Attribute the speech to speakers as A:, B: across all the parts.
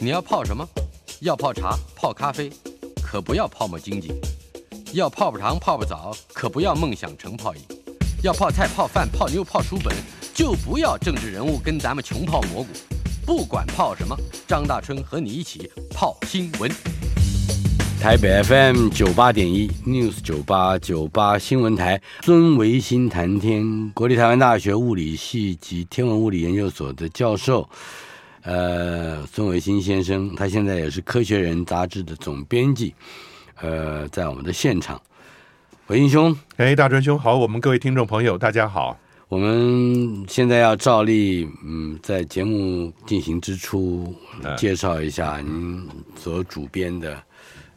A: 你要泡什么？要泡茶、泡咖啡，可不要泡沫经济；要泡泡糖、泡泡澡，可不要梦想成泡影；要泡菜、泡饭、泡妞、泡书本，就不要政治人物跟咱们穷泡蘑菇。不管泡什么，张大春和你一起泡新闻。台北 FM 九八点一 News 九八九八新闻台，孙维新谈天，国立台湾大学物理系及天文物理研究所的教授。呃，孙维新先生，他现在也是《科学人》杂志的总编辑，呃，在我们的现场，维新兄，
B: 哎，大川兄好，我们各位听众朋友，大家好。
A: 我们现在要照例，嗯，在节目进行之初，
B: 嗯
A: 介绍一下您所主编的，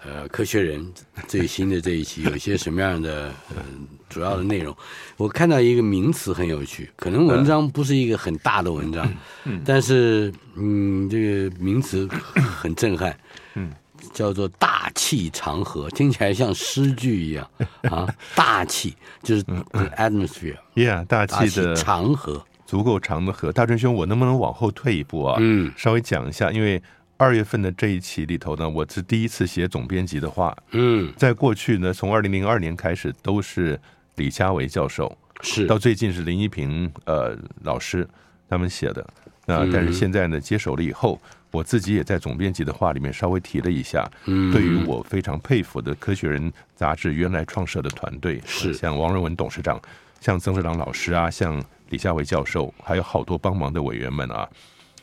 A: 呃，《科学人》最新的这一 期有些什么样的、呃、主要的内容。我看到一个名词很有趣，可能文章不是一个很大的文章，
B: 嗯
A: 但是嗯，这个名词 很震撼，
B: 嗯，
A: 叫做“大气长河”，听起来像诗句一样 啊，大气就是
B: 嗯
A: atmosphere。
B: Yeah，大
A: 大
B: 气
A: 气
B: 的
A: 长河，
B: 足够长的河，大川兄，我能不能往后退一步啊？
A: 嗯
B: 稍微讲一下，因为二月份的这一期里头呢，我是第一次写总编辑的话，
A: 嗯，
B: 在过去呢，从二零零二年开始都是李佳维教授，
A: 是
B: 到最近是林一平呃老师他们写的。那但
A: 嗯
B: 是现在呢，接手了以后，我自己也在总编辑的话里面稍微提了一下，
A: 嗯
B: 对于我非常佩服的《科学人》杂志原来创设的团队，
A: 是
B: 像王瑞文董事长、像曾志郎老师啊，像李夏伟教授，还有好多帮忙的委员们啊。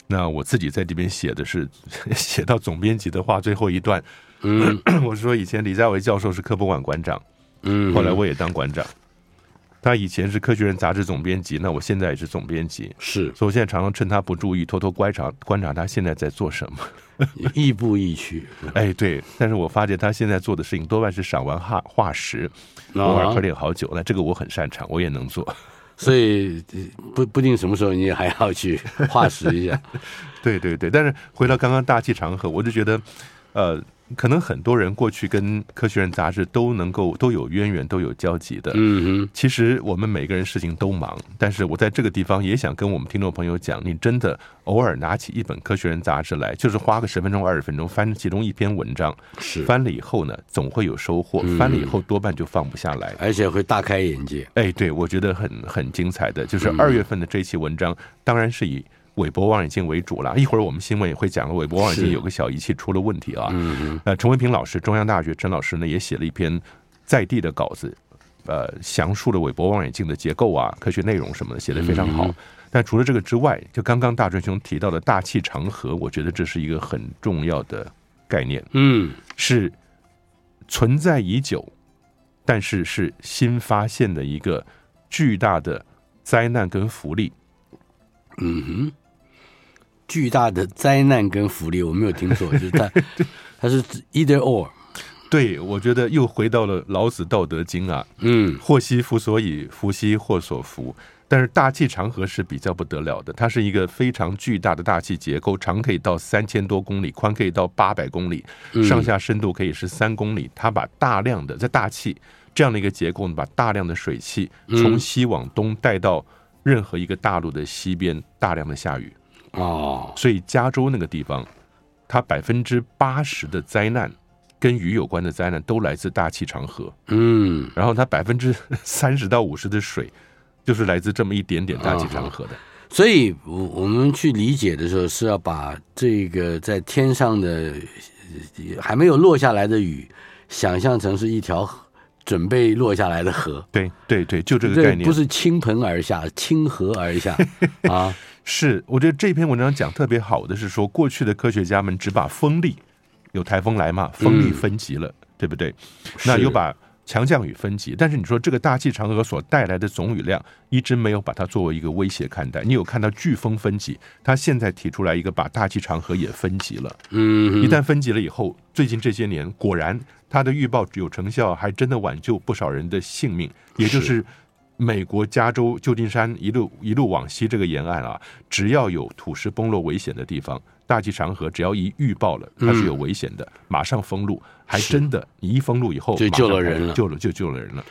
B: 那我自己在这边写的是 写到总编辑的话最后一段，
A: 嗯
B: 我说以前李佳维教授是科博馆馆长，
A: 嗯，
B: 后来我也当馆长。他以前是《科学人》杂志总编辑，那我现在也是总编辑，
A: 是
B: 所以我现在常常趁他不注意，偷偷观察观察他现在在做什么。
A: 亦步亦趋，
B: 哎，对，但是我发现他现在做的事情多半是赏玩化化石， 偶尔
A: 啊
B: 喝点好酒，那这个我很擅长，我也能做。
A: 所以呃不不定什么时候你也还要去化石一 下，
B: 对对对，但是回到刚刚大气长河，我就觉得，呃，可能很多人过去跟《科学人》杂志都能够都有渊源，都有交集的。
A: 嗯
B: 其实我们每个人事情都忙，但是我在这个地方也想跟我们听众朋友讲，你真的偶尔拿起一本《科学人》杂志来，就是花个十分钟、二十分钟翻其中一篇文章，
A: 哼，是，
B: 翻了以后呢，总会有收获，翻了以后多半就放不下来。
A: 而且会大开眼界，
B: 哎，对，我觉得很很精彩的，就是二
A: 嗯
B: 月份的这期文章，当然是以韦伯望远镜为主了。一会儿我们新闻也会讲了，韦伯望远镜
A: 是
B: 有个小仪器出了问题啊。
A: 嗯
B: 呃，陈文平老师，中央大学陈老师呢也写了一篇在地的稿子，呃，详述了韦伯望远镜的结构啊、科学内容什么的，写得非常
A: 嗯
B: 好。但除了这个之外，就刚刚大川兄提到的大气长河，我觉得这是一个很重要的概念，
A: 嗯
B: 是存在已久，但是是新发现的一个巨大的灾难跟福利。
A: 嗯哼，巨大的灾难跟福利我没有听错，就是 它它是 either or，
B: 对，我觉得又回到了老子《道德经》啊，
A: 嗯
B: 祸兮福所倚，福兮祸所伏。但是大气长河是比较不得了的，它是一个非常巨大的大气结构，长可以到三千多公里，宽可以到八百公里，上下深度可以是三公里。它把大量的在大气这样的一个结构呢，把大量的水汽从西往东带到任何一个大陆的西边，大量的下雨。
A: 哦，
B: 所以加州那个地方，它百分之八十的灾难跟雨有关的灾难都来自大气长河。
A: 嗯
B: 然后它百分之 三十到五十的水，就是来自这么一点点大气长河的。
A: 所以，我我们去理解的时候，是要把这个在天上的呃还没有落下来的雨，想象成是一条河准备落下来的河。
B: 对对对，就 这个概
A: 这
B: 念。
A: 不是倾盆而 下，倾河而下啊！
B: 是我觉得这篇文章讲特别好的是说，过去的科学家们
A: 嗯
B: 只把风力，有台风来嘛，风力分级了，对不对？那又把强降雨分级，但是你说这个大气长河所带来的总雨量，一直没有把它作为一个威胁看待。你有看到飓风分级，它现在提出来一个把大气长河也分级了。
A: 嗯，
B: 一旦分级了以后，最近这些年果然它的预报有成效，还真的挽救不少人的性命。也就是美国加州旧金山一路一路往西这个沿岸啊，只要有土石崩落危险的地方，大气长河只要一预报了它是有危险的，马上封路，还真的，你一封路以后
A: 就
B: 马上
A: 救了人了
B: 救了就救了人了。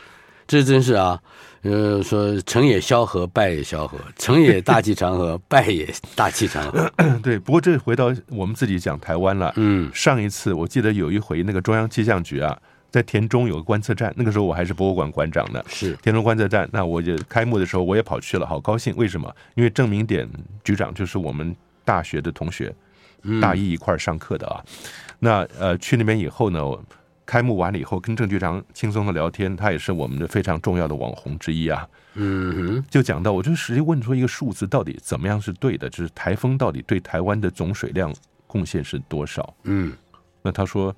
A: 这真是啊，呃，说成也萧何，败也萧何，成也大气长河，败也大气长 河。
B: 嗯对，不过这回到我们自己讲台湾了。
A: 嗯
B: 上一次我记得有一回，那个中央气象局啊，在田中有个观测站，那个时候我还是博物馆馆长呢。
A: 是
B: 田中观测站，那我就开幕的时候我也跑去了，好高兴。为什么？因为郑明典局长就是我们大学的同学，
A: 嗯
B: 大一一块儿上课的啊。那呃，去那边以后呢，我开幕完了以后跟郑局长轻松的聊天，他也是我们的非常重要的网红之一啊。
A: 嗯哼，
B: 就讲到，我就实际问出一个数字，到底怎么样是对的？就是台风到底对台湾的总水量贡献是多少？
A: 嗯
B: 那他说，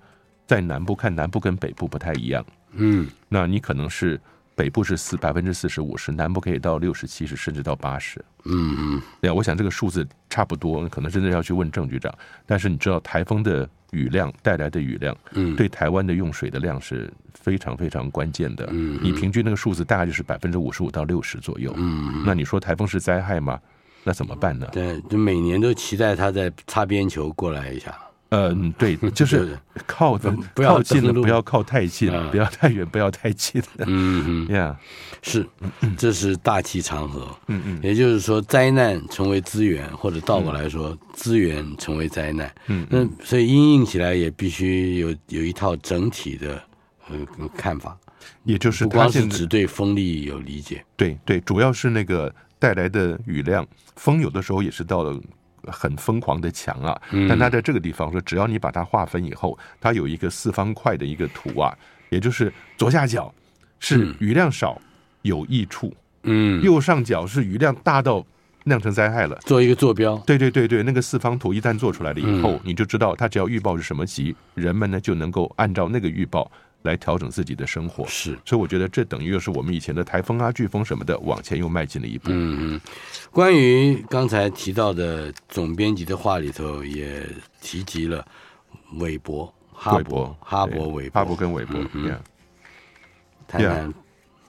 B: 在南部看南部跟北部不太一样，
A: 嗯
B: 那你可能是北部是四百分之四十五十，南部可以到六十七十甚至到八十。
A: 嗯嗯，
B: 对啊，我想这个数字差不多，可能真的要去问郑局长。但是你知道，台风的雨量带来的雨量，
A: 嗯
B: 对台湾的用水的量是非常非常关键的。嗯，你平均那个数字大概就是百分之五十五到六十左右。嗯，那你说台风是灾害吗？那怎么办呢？
A: 对，就每年都期待他再擦边球过来一下。
B: 嗯， 对，就是靠的
A: 不要
B: 靠近了，
A: 登陆
B: 不要靠太近
A: 啊
B: 了，不要太远，不要太近了。
A: 嗯哼，
B: 呀，
A: 是，这是大气长河。
B: 嗯嗯
A: 也就是说，灾难成为资源，或者倒过来说，资源成为灾难。
B: 嗯
A: 那所以应应起来也必须有有一套整体的呃看法，
B: 也就是
A: 不
B: 他
A: 光是
B: 现在
A: 只对风力有理解。
B: 对对，主要是那个带来的雨量，风有的时候也是到了。很疯狂的强啊！但它在这个地方说，只要你把它划分以后，它有一个四方块的一个图啊，也就是左下角是雨量少有益处，
A: 嗯，
B: 右上角是雨量大到酿成灾害了。
A: 做一个坐标。
B: 对对对对，那个四方图一旦做出来了以后，你就知道它只要预报是什么级，人们呢就能够按照那个预报来调整自己的生活。
A: 是，
B: 所以我觉得这等于又是我们以前的台风啊、飓风什么的往前又迈进了一步。
A: 嗯嗯。关于刚才提到的总编辑的话里头也提及了韦伯、哈
B: 韦
A: 勃
B: 伯、
A: 哈
B: 对
A: 勃、嗯韦伯，
B: 哈勃跟韦伯一样。
A: 谈谈。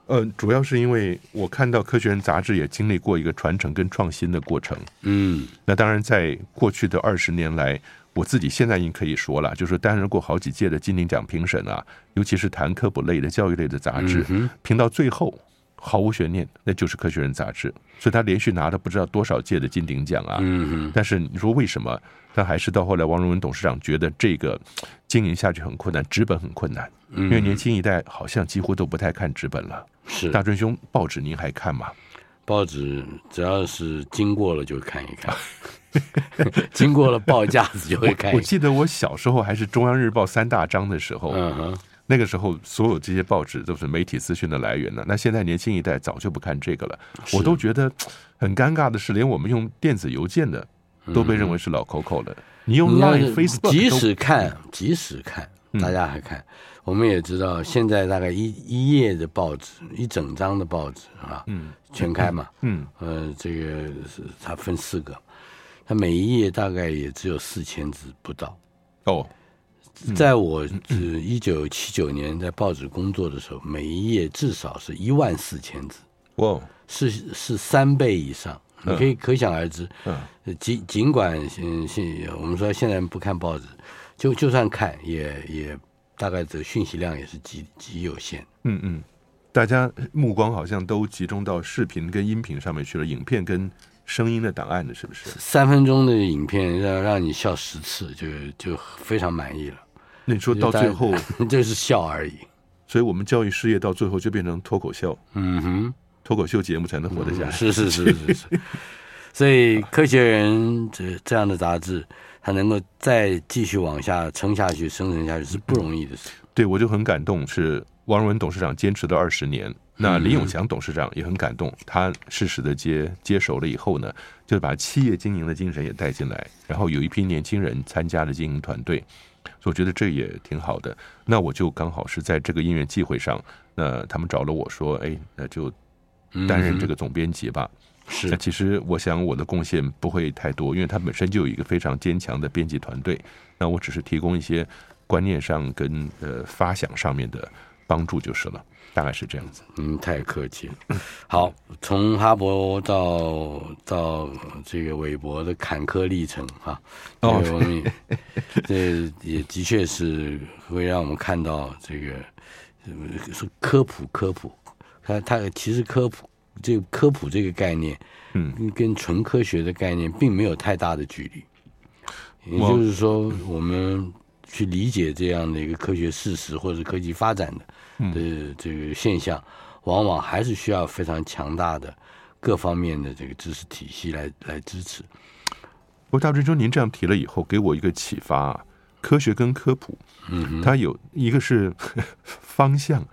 B: 呃，主要是因为我看到《科学人》杂志也经历过一个传承跟创新的过程。
A: 嗯
B: 那当然，在过去的二十年来，我自己现在已经可以说了，就是担任过好几届的金鼎奖评审啊，尤其是谈科普类的、教育类的杂志，
A: 嗯
B: 评到最后毫无悬念，那就是《科学人》杂志，所以他连续拿了不知道多少届的金鼎奖啊。
A: 嗯嗯
B: 但是你说为什么？但还是到后来，王荣文董事长觉得这个经营下去很困难，纸本很困难，
A: 嗯
B: 因为年轻一代好像几乎都不太看纸本了。
A: 是
B: 大。春兄，报纸您还看吗？
A: 报纸只要是经过了就看一看， 经过了报架子就会看
B: 我
A: 一看。
B: 记得我小时候还是《中央日报》三大章的时候，
A: 嗯哼，
B: 那个时候所有这些报纸都是媒体资讯的来源呢。那现在年轻一代早就不看这个了，我都觉得嘖很尴尬的是，连我们用电子邮件的都被认为是老 Coco 了。你用
A: 你要
B: Line、
A: 是
B: Facebook，
A: 嗯即
B: 都嗯
A: 使看，即使看，大家还看。我们也知道，现在大概一一页的报纸，一整张的报纸啊，
B: 嗯
A: 全开嘛。
B: 嗯，
A: 呃，这个是它分四个，它每一页大概也只有四千字不到。
B: 哦，
A: 在我
B: 嗯
A: 呃一九七九年在报纸工作的时候，每一页至少是一万四千字。
B: 哇，哦
A: 是是三倍以上，你可以可想而知。
B: 嗯
A: 呃尽尽管嗯现我们说现在不看报纸，就就算看也也大概这个讯息量也是极极有限。
B: 嗯嗯，大家目光好像都集中到视频跟音频上面去了，影片跟声音的档案了，是不是？
A: 三分钟的影片让让你笑十次，就就非常满意了。
B: 那你说到最后，
A: 就是笑而已。
B: 所以我们教育事业到最后就变成脱口秀，
A: 嗯哼。嗯
B: 脱口秀节目才能活得下来。
A: 是是是是是。所以《科学人》这这样的杂志，它能够再继续往下撑下去、生存下去是不容易的事。
B: 对我就很感动，是王荣文董事长坚持了二十年。那林永祥董事长也很感动，他适时的接接手了以后呢，就把企业经营的精神也带进来，然后有一批年轻人参加了经营团队。所以我觉得这也挺好的。那我就刚好是在这个因缘际会上，那他们找了我说，哎，那就担任这个总编辑吧。那
A: 是
B: 其实我想我的贡献不会太多，因为它本身就有一个非常坚强的编辑团队。那我只是提供一些观念上跟呃发想上面的帮助就是了，大概是这样子。
A: 您太客气了。好，从哈勃到到这个韦伯的坎坷历程哈，
B: 哦
A: 这个我们也这也的确是会让我们看到这个呃是科普科普，它它其实科普这个科普这个概念
B: 嗯，
A: 跟跟纯科学的概念并没有太大的距离，也
B: 我
A: 就是说，我们去理解这样的一个科学事实或者科技发展的
B: 嗯
A: 的这个现象，往往还是需要非常强大的各方面的这个知识体系来来支持。
B: 不过大追兄，您这样提了以后，给我一个启发、啊。科学跟科普，
A: 嗯哼，
B: 它有一个是 方向，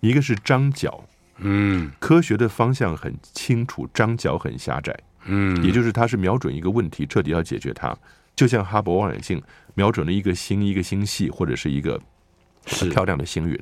B: 一个是张角。
A: 嗯
B: 科学的方向很清楚，张角很狭窄。
A: 嗯，
B: 也就是它是瞄准一个问题，彻底要解决它。就像哈勃望远镜瞄准了一个星、一个星系或者是一个
A: 是
B: 漂亮的星云，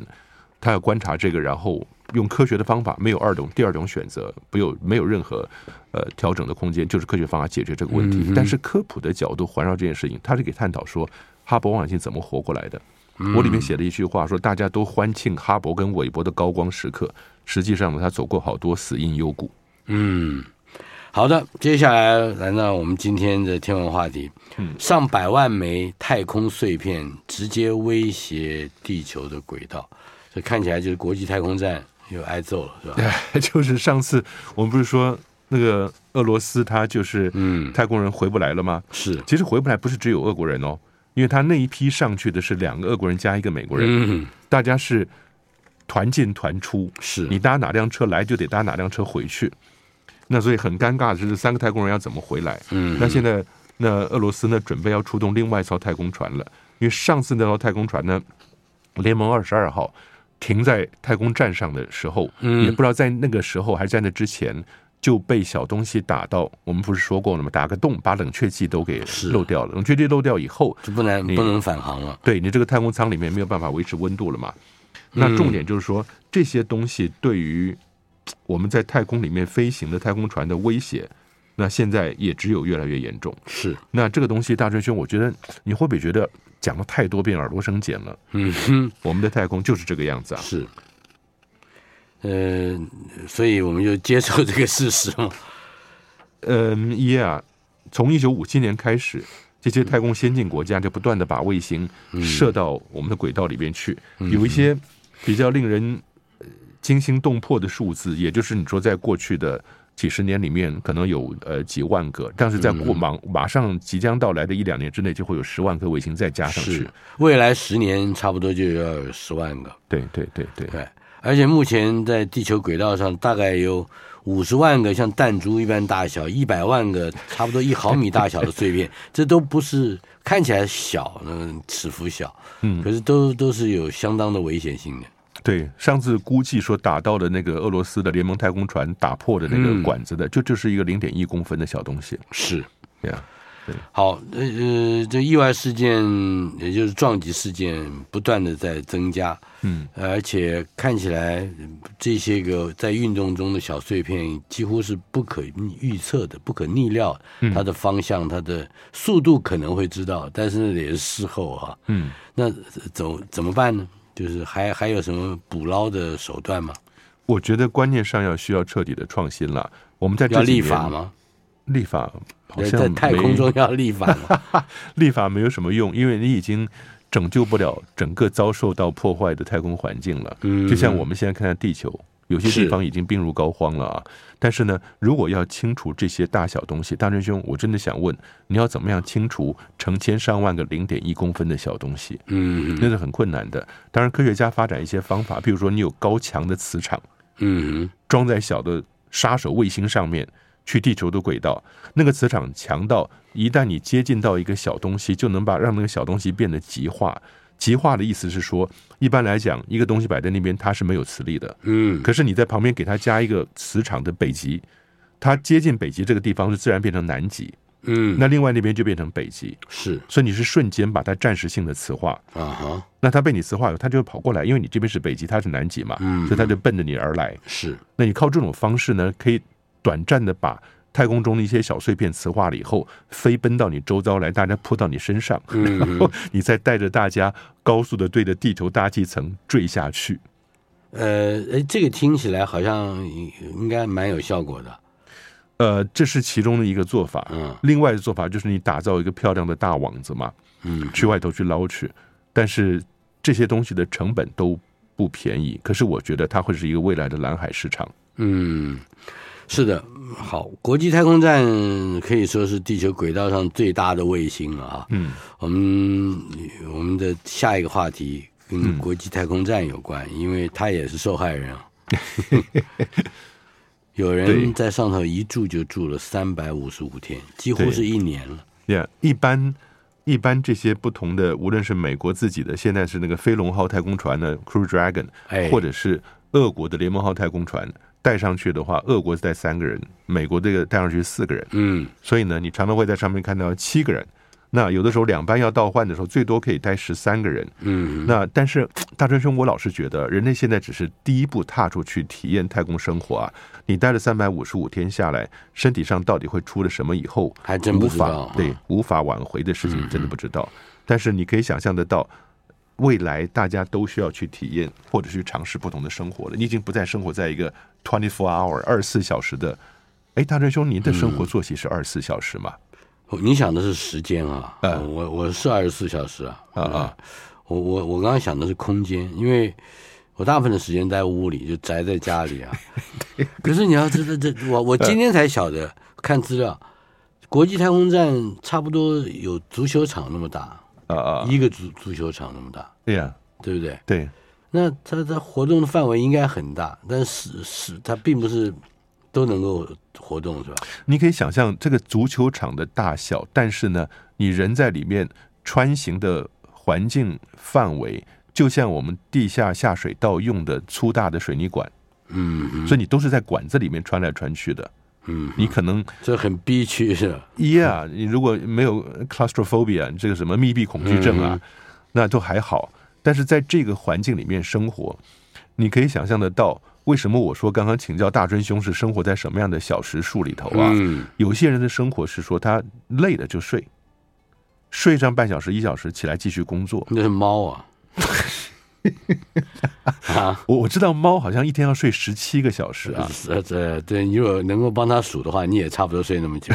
B: 它要观察这个，然后用科学的方法，没有二种第二种选择，没有没有任何呃调整的空间，就是科学方法解决这个问题。
A: 嗯哼
B: 但是科普的角度环绕这件事情，它是给探讨说哈勃望远镜怎么活过来的。
A: 嗯
B: 我里面写了一句话，说大家都欢庆哈勃跟韦伯的高光时刻，实际上呢，他走过好多死因幽谷。
A: 嗯，好的，接下来来到我们今天的天文话题，
B: 嗯
A: 上百万枚太空碎片直接威胁地球的轨道，这看起来就是国际太空站又挨揍了，是吧？
B: 就是上次我们不是说那个俄罗斯他就是
A: 嗯，
B: 太空人回不来了吗？
A: 是，
B: 其实回不来不是只有俄国人哦，因为他那一批上去的是两个俄国人加一个美国人，
A: 嗯，
B: 大家是团进团出，
A: 是
B: 你搭哪辆车来就得搭哪辆车回去。那所以很尴尬的是，这三个太空人要怎么回来？
A: 嗯
B: 那现在那俄罗斯呢，准备要出动另外一艘太空船了，因为上次那艘太空船呢，联盟二十二号停在太空站上的时候，
A: 嗯
B: 也不知道在那个时候还是在那之前。就被小东西打到，我们不是说过了吗？打个洞，把冷却剂都给
A: 是
B: 漏掉了。冷却剂漏掉以后，
A: 就不能
B: 你
A: 不能返航了，
B: 对你这个太空舱里面没有办法维持温度了嘛。那重点就是说，这些东西对于我们在太空里面飞行的太空船的威胁，那现在也只有越来越严重。
A: 是，
B: 那这个东西，大春兄，我觉得你会不会觉得讲了太多遍耳朵生茧了？
A: 嗯哼。
B: 我们的太空就是这个样子啊。
A: 是，呃，所以我们就接受这个事实嘛。
B: 嗯，耶啊，从一九五七年开始，这些太空先进国家就不断的把卫星
A: 嗯
B: 射到我们的轨道里边去，有一些比较令人呃惊心动魄的数字，也就是你说在过去的。几十年里面可能有呃几万个，但是在过
A: 嗯
B: 马马上即将到来的一两年之内，就会有十万颗卫星再加上去
A: 是。，未来十年差不多就要有十万个，
B: 对对对对，
A: 对。而且目前在地球轨道上大概有五十万个像弹珠一般大小、一百万个差不多一毫米大小的碎片， 这都不是看起来小，嗯，尺幅小，
B: 嗯
A: 可是都都是有相当的危险性的。
B: 对，上次估计说打到的那个俄罗斯的联盟太空船打破的那个
A: 嗯
B: 管子的，就就是一个零点一公分的小东西。
A: 是，
B: 对啊，
A: 好，呃呃，这意外事件，也就是撞击事件，不断的在增加，
B: 嗯，
A: 而且看起来嗯这些个在运动中的小碎片几乎是不可预测的、不可逆料的，它的方向、它的速度可能会知道，但是也是事后啊。
B: 嗯，
A: 那怎么怎么办呢？就是还还有什么捕捞的手段吗？
B: 我觉得观念上要需要彻底的创新了。我们在
A: 要
B: 这几
A: 立
B: 年
A: 法？吗？
B: 立法好像
A: 在太空
B: 没
A: 中要立法吗？
B: 立法没有什么用，因为你已经拯救不了整个遭受到破坏的太空环境了。
A: 嗯
B: 就像我们现在看看地球，有些地方已经病入膏肓了啊。但是呢，如果要清除这些大小东西，大真兄，我真的想问，你要怎么样清除成千上万个零点一公分的小东西？
A: 嗯
B: 那是很困难的。当然，科学家发展一些方法，比如说你有高强的磁场。
A: 嗯
B: 装在小的杀手卫星上面，去地球的轨道，那个磁场强到一旦你接近到一个小东西，就能把让那个小东西变得极化。极化的意思是说，一般来讲，一个东西摆在那边它是没有磁力的，
A: 嗯，
B: 可是你在旁边给它加一个磁场的北极，它接近北极这个地方就自然变成南极。
A: 嗯嗯，
B: 那另外那边就变成北极，
A: 是
B: 所以你是瞬间把它暂时性的磁化。
A: 啊哈，
B: 那它被你磁化以后，它就会跑过来，因为你这边是北极，它是南极嘛，
A: 嗯
B: 所以它就奔着你而来。
A: 是
B: 那你靠这种方式呢，可以短暂的把太空中的一些小碎片磁化了以后，飞奔到你周遭来，大家扑到你身上，
A: 嗯
B: 然后 你再带着大家高速的对着地球大气层坠下去。
A: 呃，哎，这个听起来好像应该蛮有效果的，
B: 呃，这是其中的一个做法。
A: 嗯
B: 另外的做法就是你打造一个漂亮的大网子嘛，
A: 嗯
B: 去外头去捞去，但是这些东西的成本都不便宜。可是我觉得它会是一个未来的蓝海市场。
A: 嗯，是的，好，国际太空站可以说是地球轨道上最大的卫星了啊，
B: 嗯，
A: 我们我们的下一个话题跟国际太空站有关，因为他也是受害人啊。有人
B: 对
A: 在上头一住就住了三百五十五天，几乎
B: 对
A: 是一年了。
B: Yeah，一般一般这些不同的，无论是美国自己的，现在是那个飞龙号太空船的 Crew Dragon，
A: 哎，
B: 或者是俄国的联盟号太空船带上去的话，俄国是带三个人，美国这个带上去四个人，
A: 嗯
B: 所以呢，你常常会在上面看到七个人。那有的时候两班要倒换的时候，最多可以带十三个人。
A: 嗯
B: 那但是大川兄，我老是觉得人类现在只是第一步踏出去体验太空生活啊！你待了三百五十五天下来，身体上到底会出了什么？以后
A: 还真不
B: 无
A: 知
B: 法
A: 道啊嗯
B: 对无法挽回的事情，真的不知道。但是你可以想象得到，未来大家都需要去体验或者去尝试不同的生活了。你已经不再生活在一个 twenty four hour 二十四小时的。哎，大川兄，您的生活
A: 嗯
B: 作息是二十四小时吗？
A: 哦你想的是时间啊，
B: 嗯
A: 我我是二十四小时啊，
B: 啊啊，
A: 我我我刚刚想的是空间，因为我大部分的时间在屋里，就宅在家 里啊。可是你要知道，这我我今天才晓得，看资料，国际太空站差不多有足球场那么大，
B: 啊啊！
A: 一个足足球场那么大，
B: 对呀，
A: 对不对？
B: 对，
A: 那它它活动的范围应该很大，但是是它并不是都能够活动，是吧？
B: 你可以想象这个足球场的大小，但是呢，你人在里面穿行的环境范围，就像我们地下下水道用的粗大的水泥管，
A: 嗯嗯
B: 所以你都是在管子里面穿来穿去的。
A: 嗯，
B: 你可能
A: 这很逼区是吧？
B: ，yeah，你如果没有 claustrophobia，你这个什么密闭恐惧症
A: 嗯
B: 啊，那都还好。但是在这个环境里面生活，你可以想象得到，为什么我说刚刚请教大真兄是生活在什么样的小时数里头啊？
A: 嗯
B: 有些人的生活是说他累了就睡，睡上半小时一小时起来继续工作。
A: 那是猫 啊。啊，
B: 我我知道猫好像一天要睡十七个小时啊，
A: 是这对，你如果能够帮他数的话，你也差不多睡那么久。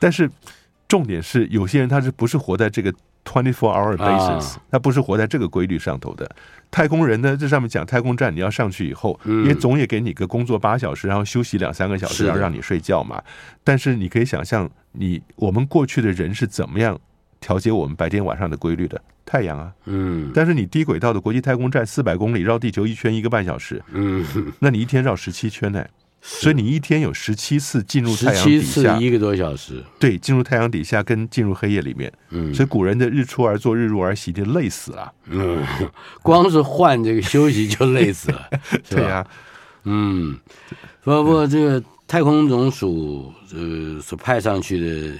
B: 但是重点是有些人他是不是活在这个 twenty four hour
A: 啊
B: basis，、他不是活在这个规律上头的。太空人呢，这上面讲太空站你要上去以后，也总也给你个工作八小时，然后休息两三个
A: 嗯
B: 小
A: 是
B: 时，
A: 的
B: 然后让你睡觉嘛。但是你可以想象你，我们过去的人是怎么样调节我们白天晚上的规律的？太阳啊，
A: 嗯
B: 但是你低轨道的国际太空站四百公里绕地球一圈一个半小时，
A: 嗯，
B: 那你一天绕十七圈呢？所以你一天有十七次进入
A: 十
B: 太阳
A: 七
B: 底
A: 次
B: 下，
A: 一个多小时。
B: 对，进入太阳底下跟进入黑夜里面。
A: 嗯
B: 所以古人的日出而作，日入而息，就累死了。
A: 嗯，光是换这个休息就累死 了，是吧？
B: 对呀、啊
A: 嗯，不不，这个太空总署呃所派上去的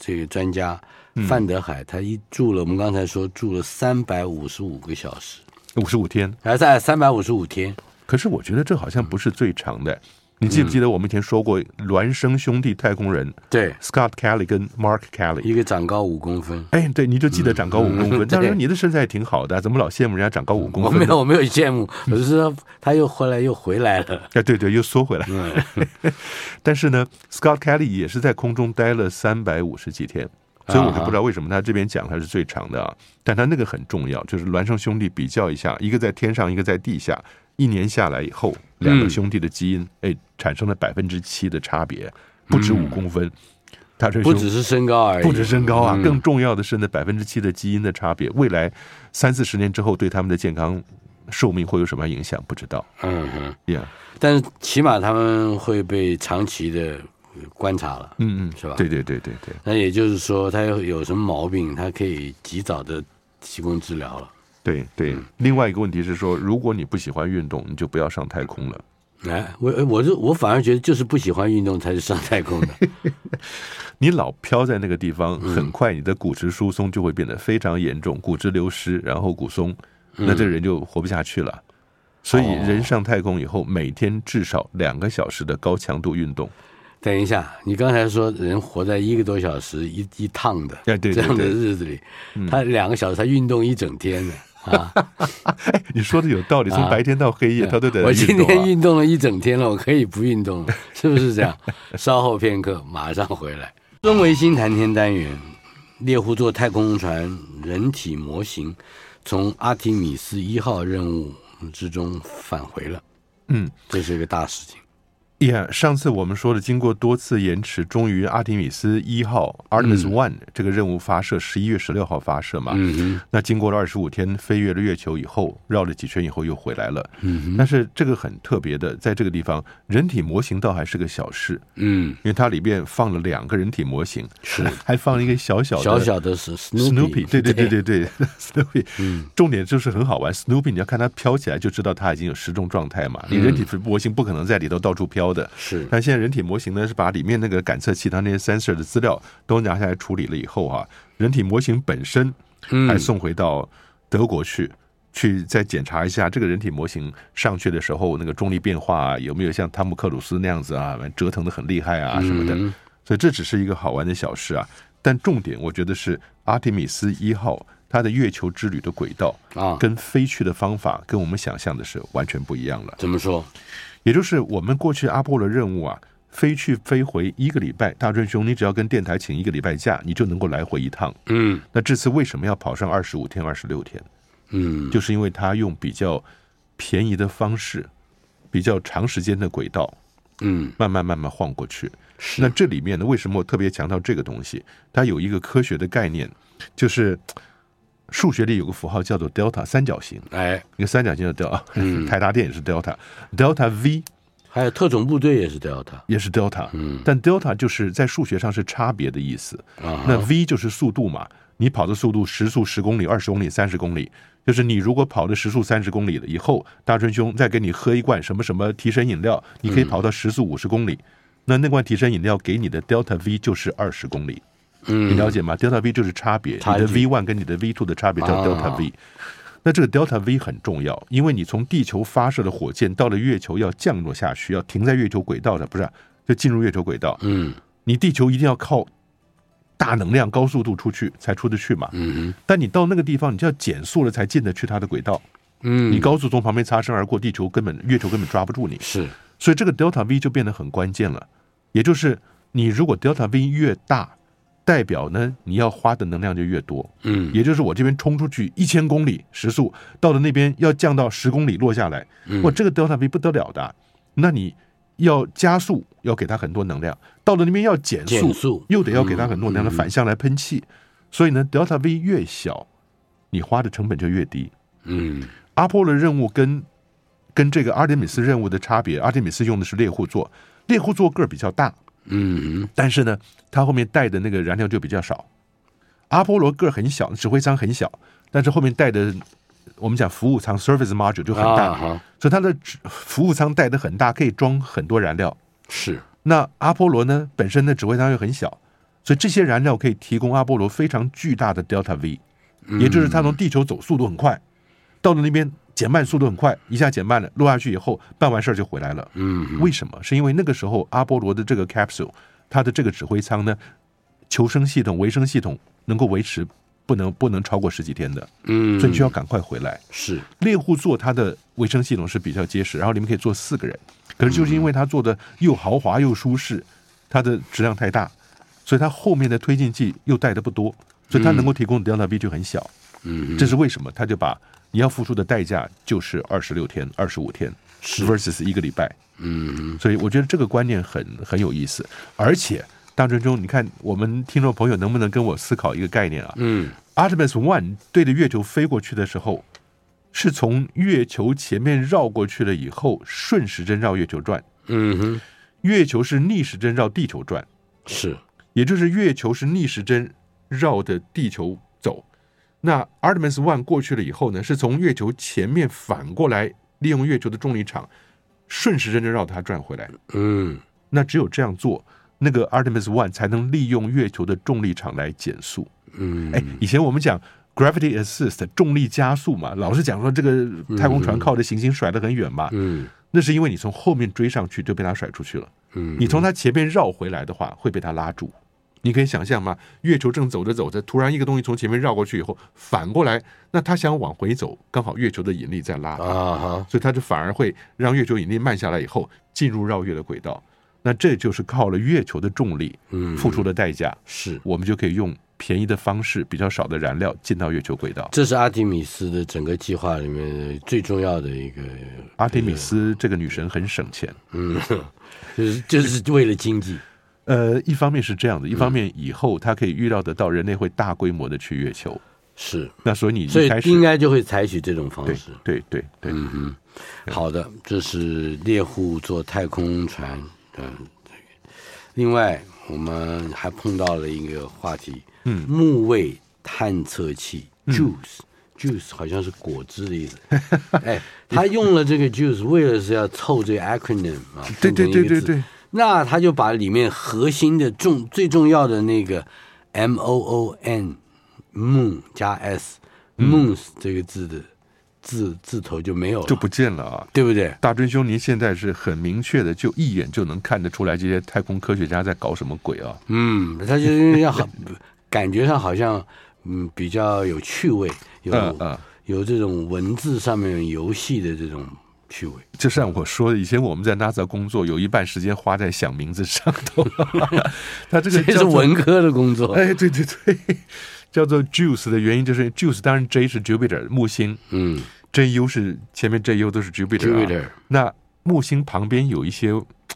A: 这个专家
B: 嗯
A: 范德海，他一住了，我们刚才说住了三百五十五个小时，
B: 五十五天。
A: 还在三百五十五天。
B: 可是我觉得这好像不是最长的。你记不记得
A: 嗯
B: 我们以前说过孪生兄弟太空人
A: 对，
B: Scott Kelly 跟 Mark Kelly？
A: 一个长高五公分。
B: 哎，对，你就记得长高五公分。
A: 嗯
B: 当
A: 对
B: 然，你的身材也挺好的，怎么老羡慕人家长高五公
A: 我
B: 分呢？
A: 没有，我没有羡慕，我是说他又后来又回来了。
B: 哎，对对，又缩回来。但是呢，Scott Kelly 也是在空中待了三百五十几天，
A: 啊
B: 所以我就不知道为什么他这边讲他是最长的啊。但他那个很重要，就是孪生兄弟比较一下，一个在天上，一个在地下，一年下来以后，两个兄弟的基因
A: 嗯
B: 哎产生了百分之七的差别，不止五公分。他这
A: 不
B: 兄
A: 只是身高而已，
B: 不止身高啊，
A: 嗯
B: 更重要的是那百分之七的基因的差别，未来三四十年之后对他们的健康寿命会有什么影响？不知道。
A: 嗯哼，
B: Yeah，
A: 但是起码他们会被长期的观察了。
B: 嗯嗯，
A: 是吧
B: 对对对对对。
A: 那也就是说，他有有什么毛病，他可以及早的提供治疗了。嗯
B: 对对，另外一个问题是说，如果你不喜欢运动，你就不要上太空了。
A: 哎，我呃我就我反而觉得就是不喜欢运动才是上太 空的。
B: 你老飘在那个地方，很快你的骨质疏松就会变得非常严重，骨质流失，然后骨松，
A: 嗯
B: 那这人就活不下去了。所以人上太空以后，每天至少两个小时的高强度运动。
A: 等一下，你刚才说人活在一个多小时一一趟的
B: 哎对对
A: 这样的
B: 对嗯
A: 日子里，他两个小时他运动一整天呢啊！
B: 哎，你说的有 道理，从白天到黑夜，他都得
A: 我
B: 运
A: 今
B: 动
A: 天
B: 啊。
A: 运动了一整天了，我可以不运动了，是不是这 样？稍后片刻，马上回来。孙维新谈天单元，猎户座太空船人体模型从阿提米斯一号任务之中返回了，
B: 嗯，
A: 这是一个大事情。
B: 哎呀上次我们说的，经过多次延迟，终于阿提米斯一号 （Artemis One）、这个任务发射，十一月十六号发射嘛。
A: 嗯哼，
B: 那经过了二十五天，飞越了月球以后，绕了几圈以后又回来了。
A: 嗯哼，
B: 但是这个很特别的，在这个地方，人体模型倒还是个小事，
A: 嗯，
B: 因为它里边放了两个人体模型，
A: 是
B: 还放了一个小小的
A: 小小的是
B: Snoopy，
A: Snoopy，
B: 对对对对对 ，Snoopy，
A: 嗯
B: 重点就是很好玩。Snoopy，你要看它飘起来，就知道它已经有失重状态嘛。你
A: 嗯
B: 人体模型不可能在里头到处飘的。
A: 是
B: 但现在人体模型呢，是把里面那个感测器它那些 sensor 的资料都拿下来处理了以后啊，人体模型本身
A: 嗯
B: 还送回到德国去。去再检查一下这个人体模型上去的时候，那个重力变化、啊、有没有像汤姆克鲁斯那样子啊，折腾的很厉害啊什么的。
A: 嗯
B: 所以这只是一个好玩的小事啊。但重点，我觉得是阿提米斯一号它的月球之旅的轨道
A: 啊，
B: 跟飞去的方法，跟我们想象的是完全不一样了。
A: 怎么说？
B: 也就是我们过去阿波罗任务啊，飞去飞回一个礼拜，大壮兄，你只要跟电台请一个礼拜假，你就能够来回一趟。
A: 嗯
B: 那这次为什么要跑上二十五天、二十六天？
A: 嗯，
B: 就是因为它用比较便宜的方式，比较长时间的轨道，
A: 嗯
B: 慢慢慢慢晃过去。
A: 是
B: 那这里面呢，为什么我特别强调这个东西？它有一个科学的概念，就是数学里有个符号叫做 delta 三角形，
A: 哎，
B: 一个三角形的 delta，、台 达电也是 delta，delta v
A: 还有特种部队也是 Delta
B: 也是 delta，、
A: 嗯
B: 但 delta 就是在数学上是差别的意思。
A: 啊
B: 那 v 就是速度嘛，你跑的速度时速十公里、二十公里、三十公里，就是你如果跑的时速三十公里了以后，大春兄再给你喝一罐什么什么提神饮料，你可
A: 嗯
B: 以跑到时速五十公里。那那罐提神饮料给你的 delta v 就是二十公里，
A: 嗯
B: 你了解吗？delta v 就是差别，
A: 差
B: 你的
A: 距
B: v one 跟你的 v two 的差别叫
A: 啊
B: delta v。那这个 delta v 很重要，因为你从地球发射的火箭到了月球要降落下去，要停在月球轨道的，不是啊就进入月球轨道。
A: 嗯
B: 你地球一定要靠大能量、高速度出去才出得去嘛。
A: 嗯
B: 但你到那个地方，你就要减速了才进得去它的轨道。
A: 嗯，
B: 你高速从旁边擦身而过，地球根本月球根本抓不住你。
A: 是
B: 所以这个 delta v 就变得很关键了。也就是你如果 delta v 越大，代表呢你要花的能量就越多。
A: 嗯
B: 也就是我这边冲出去一千公里时速，到了那边要降到十公里落下来，哇，这个 delta v 不得了的啊。那你要加速，要给它很多能量；到了那边要减速，
A: 减速
B: 又得要给它很多能量，反向来喷气。所以呢，delta v 越小，你花的成本就越低。
A: 嗯
B: 阿波罗任务跟跟这个阿提米斯任务的差别，阿提米斯用的是猎户座，猎户座个儿比较大，
A: 嗯
B: 但是呢，它后面带的那个燃料就比较少。阿波罗个儿很小，指挥舱很小，但是后面带的我们讲服务舱 （service module） 就很大，
A: 啊哈
B: 所以它的指服务舱带的很大，可以装很多燃料。
A: 是
B: 那阿波罗呢，本身的指挥舱又很小，所以这些燃料可以提供阿波罗非常巨大的 delta v，也
A: 嗯
B: 就是它从地球走速度很快，到了那边减慢速度很快，一下减慢了，落下去以后办完事儿就回来了。
A: 嗯
B: 为什么？是因为那个时候阿波罗的这个 capsule，它的这个指挥舱呢，求生系统、维生系统能够维持不能不能超过十几天的，
A: 嗯
B: 所以就要赶快回来。
A: 是
B: 猎户座它的维生系统是比较结实，然后里面可以坐四个人，可是就是因为它做的又豪华又舒适，它的质量太大，所以它后面的推进剂又带的不多，所以它能够提供的 delta V 就很小。
A: 嗯
B: 这是为什么？它就把你要付出的代价就是二十六天、二十五天
A: 是
B: versus 一个礼拜。
A: 嗯
B: 所以我觉得这个观念很很有意思，而且大专中，你看我们听众朋友能不能跟我思考一个概念啊
A: 嗯
B: ？Artemis One 对着月球飞过去的时候，是从月球前面绕过去了以后，顺时针绕月球转，
A: 嗯哼
B: 月球是逆时针绕地球转，
A: 是
B: 也就是月球是逆时针绕着地球走。那 Artemis One 过去了以后呢，是从月球前面反过来，利用月球的重力场顺时针就绕它转回来。
A: 嗯
B: 那只有这样做，那个 Artemis One 才能利用月球的重力场来减速。
A: 嗯，
B: 哎，以前我们讲 gravity assist 重力加速嘛，老是讲说这个太空船靠着行星甩得很远嘛，
A: 嗯
B: 那是因为你从后面追上去就被它甩出去了。
A: 嗯，
B: 你从它前面绕回来的话，会被它拉住。你可以想象吗？月球正走着走着，突然一个东西从前面绕过去以后，反过来，那它想往回走，刚好月球的引力在拉它。
A: 啊哈，
B: 所以它就反而会让月球引力慢下来以后进入绕月的轨道。那这就是靠了月球的重力
A: 嗯，
B: 付出的代价，
A: 是，
B: 我们就可以用便宜的方式、比较少的燃料进到月球轨道。
A: 这是阿提米斯的整个计划里面最重要的一个，
B: 阿提米斯这个女神很省钱，
A: 嗯， 就是就是为了经济，
B: 呃，一方面是这样的，一方面以后她可以预料得到人类会大规模的去月球，
A: 是，
B: 那所以你
A: 所以
B: 一开始
A: 应该就会采取这种方
B: 对
A: 式。
B: 对对对，
A: 嗯哼，好的，这是猎户座太空船。嗯，另外我们还碰到了一个话题，
B: 嗯
A: 木卫探测器 juice。juice 好像是果汁的意思， 哎，他用了这个 juice，为了是要凑这个 acronym 啊，
B: 对
A: 凑成
B: 对
A: 一
B: 对
A: 个
B: 对
A: 字
B: 对，
A: 那他就把里面核心的重最重要的那个 M O O N moon 加 S
B: 嗯
A: moons 这个字的字字头就没有了，
B: 就不见了啊。
A: 对不对？
B: 大真兄，您现在是很明确的，就一眼就能看得出来这些太空科学家在搞什么鬼啊！
A: 嗯，他就是 要好，感觉上好像嗯比较有趣味，有、
B: 嗯嗯。
A: 有这种文字上面游戏的这种趣味。
B: 就像我说的，以前我们在 NASA 工作，有一半时间花在想名字上 头。 他这
A: 这
B: 个叫
A: 是
B: 做
A: 文科的工作，
B: 哎，对对对，叫做 Juice 的原因就是 Juice，当然 J 是 Jupiter 木星
A: 嗯
B: ，JU 是前面 JU 都是 Jupiter，,、啊、
A: ，Jupiter，
B: 那木星旁边有一些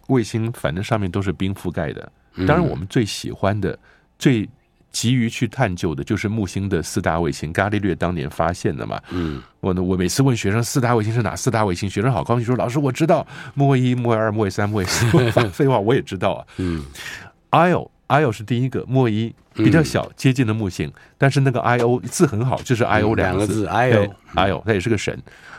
B: 卫星，反正上面都是冰覆盖的。
A: 嗯
B: 当然，我们最喜欢的、最急于去探究的就是木星的四大卫星，伽利略当年发现的嘛。
A: 嗯
B: 我呢，我每次问学生四大卫星是哪四大卫星，学生好高兴说：“老师，我知道，木卫一、木卫二、木卫三、木卫四。” 废话，我也知道啊。
A: 嗯
B: Io Io 是第一个，木卫一比较小，接近了木星，但是那个 Io 字很好，就是 Io
A: 嗯两
B: 个
A: 个
B: 哎
A: 字嗯
B: 对
A: Io
B: Io 它也是个神。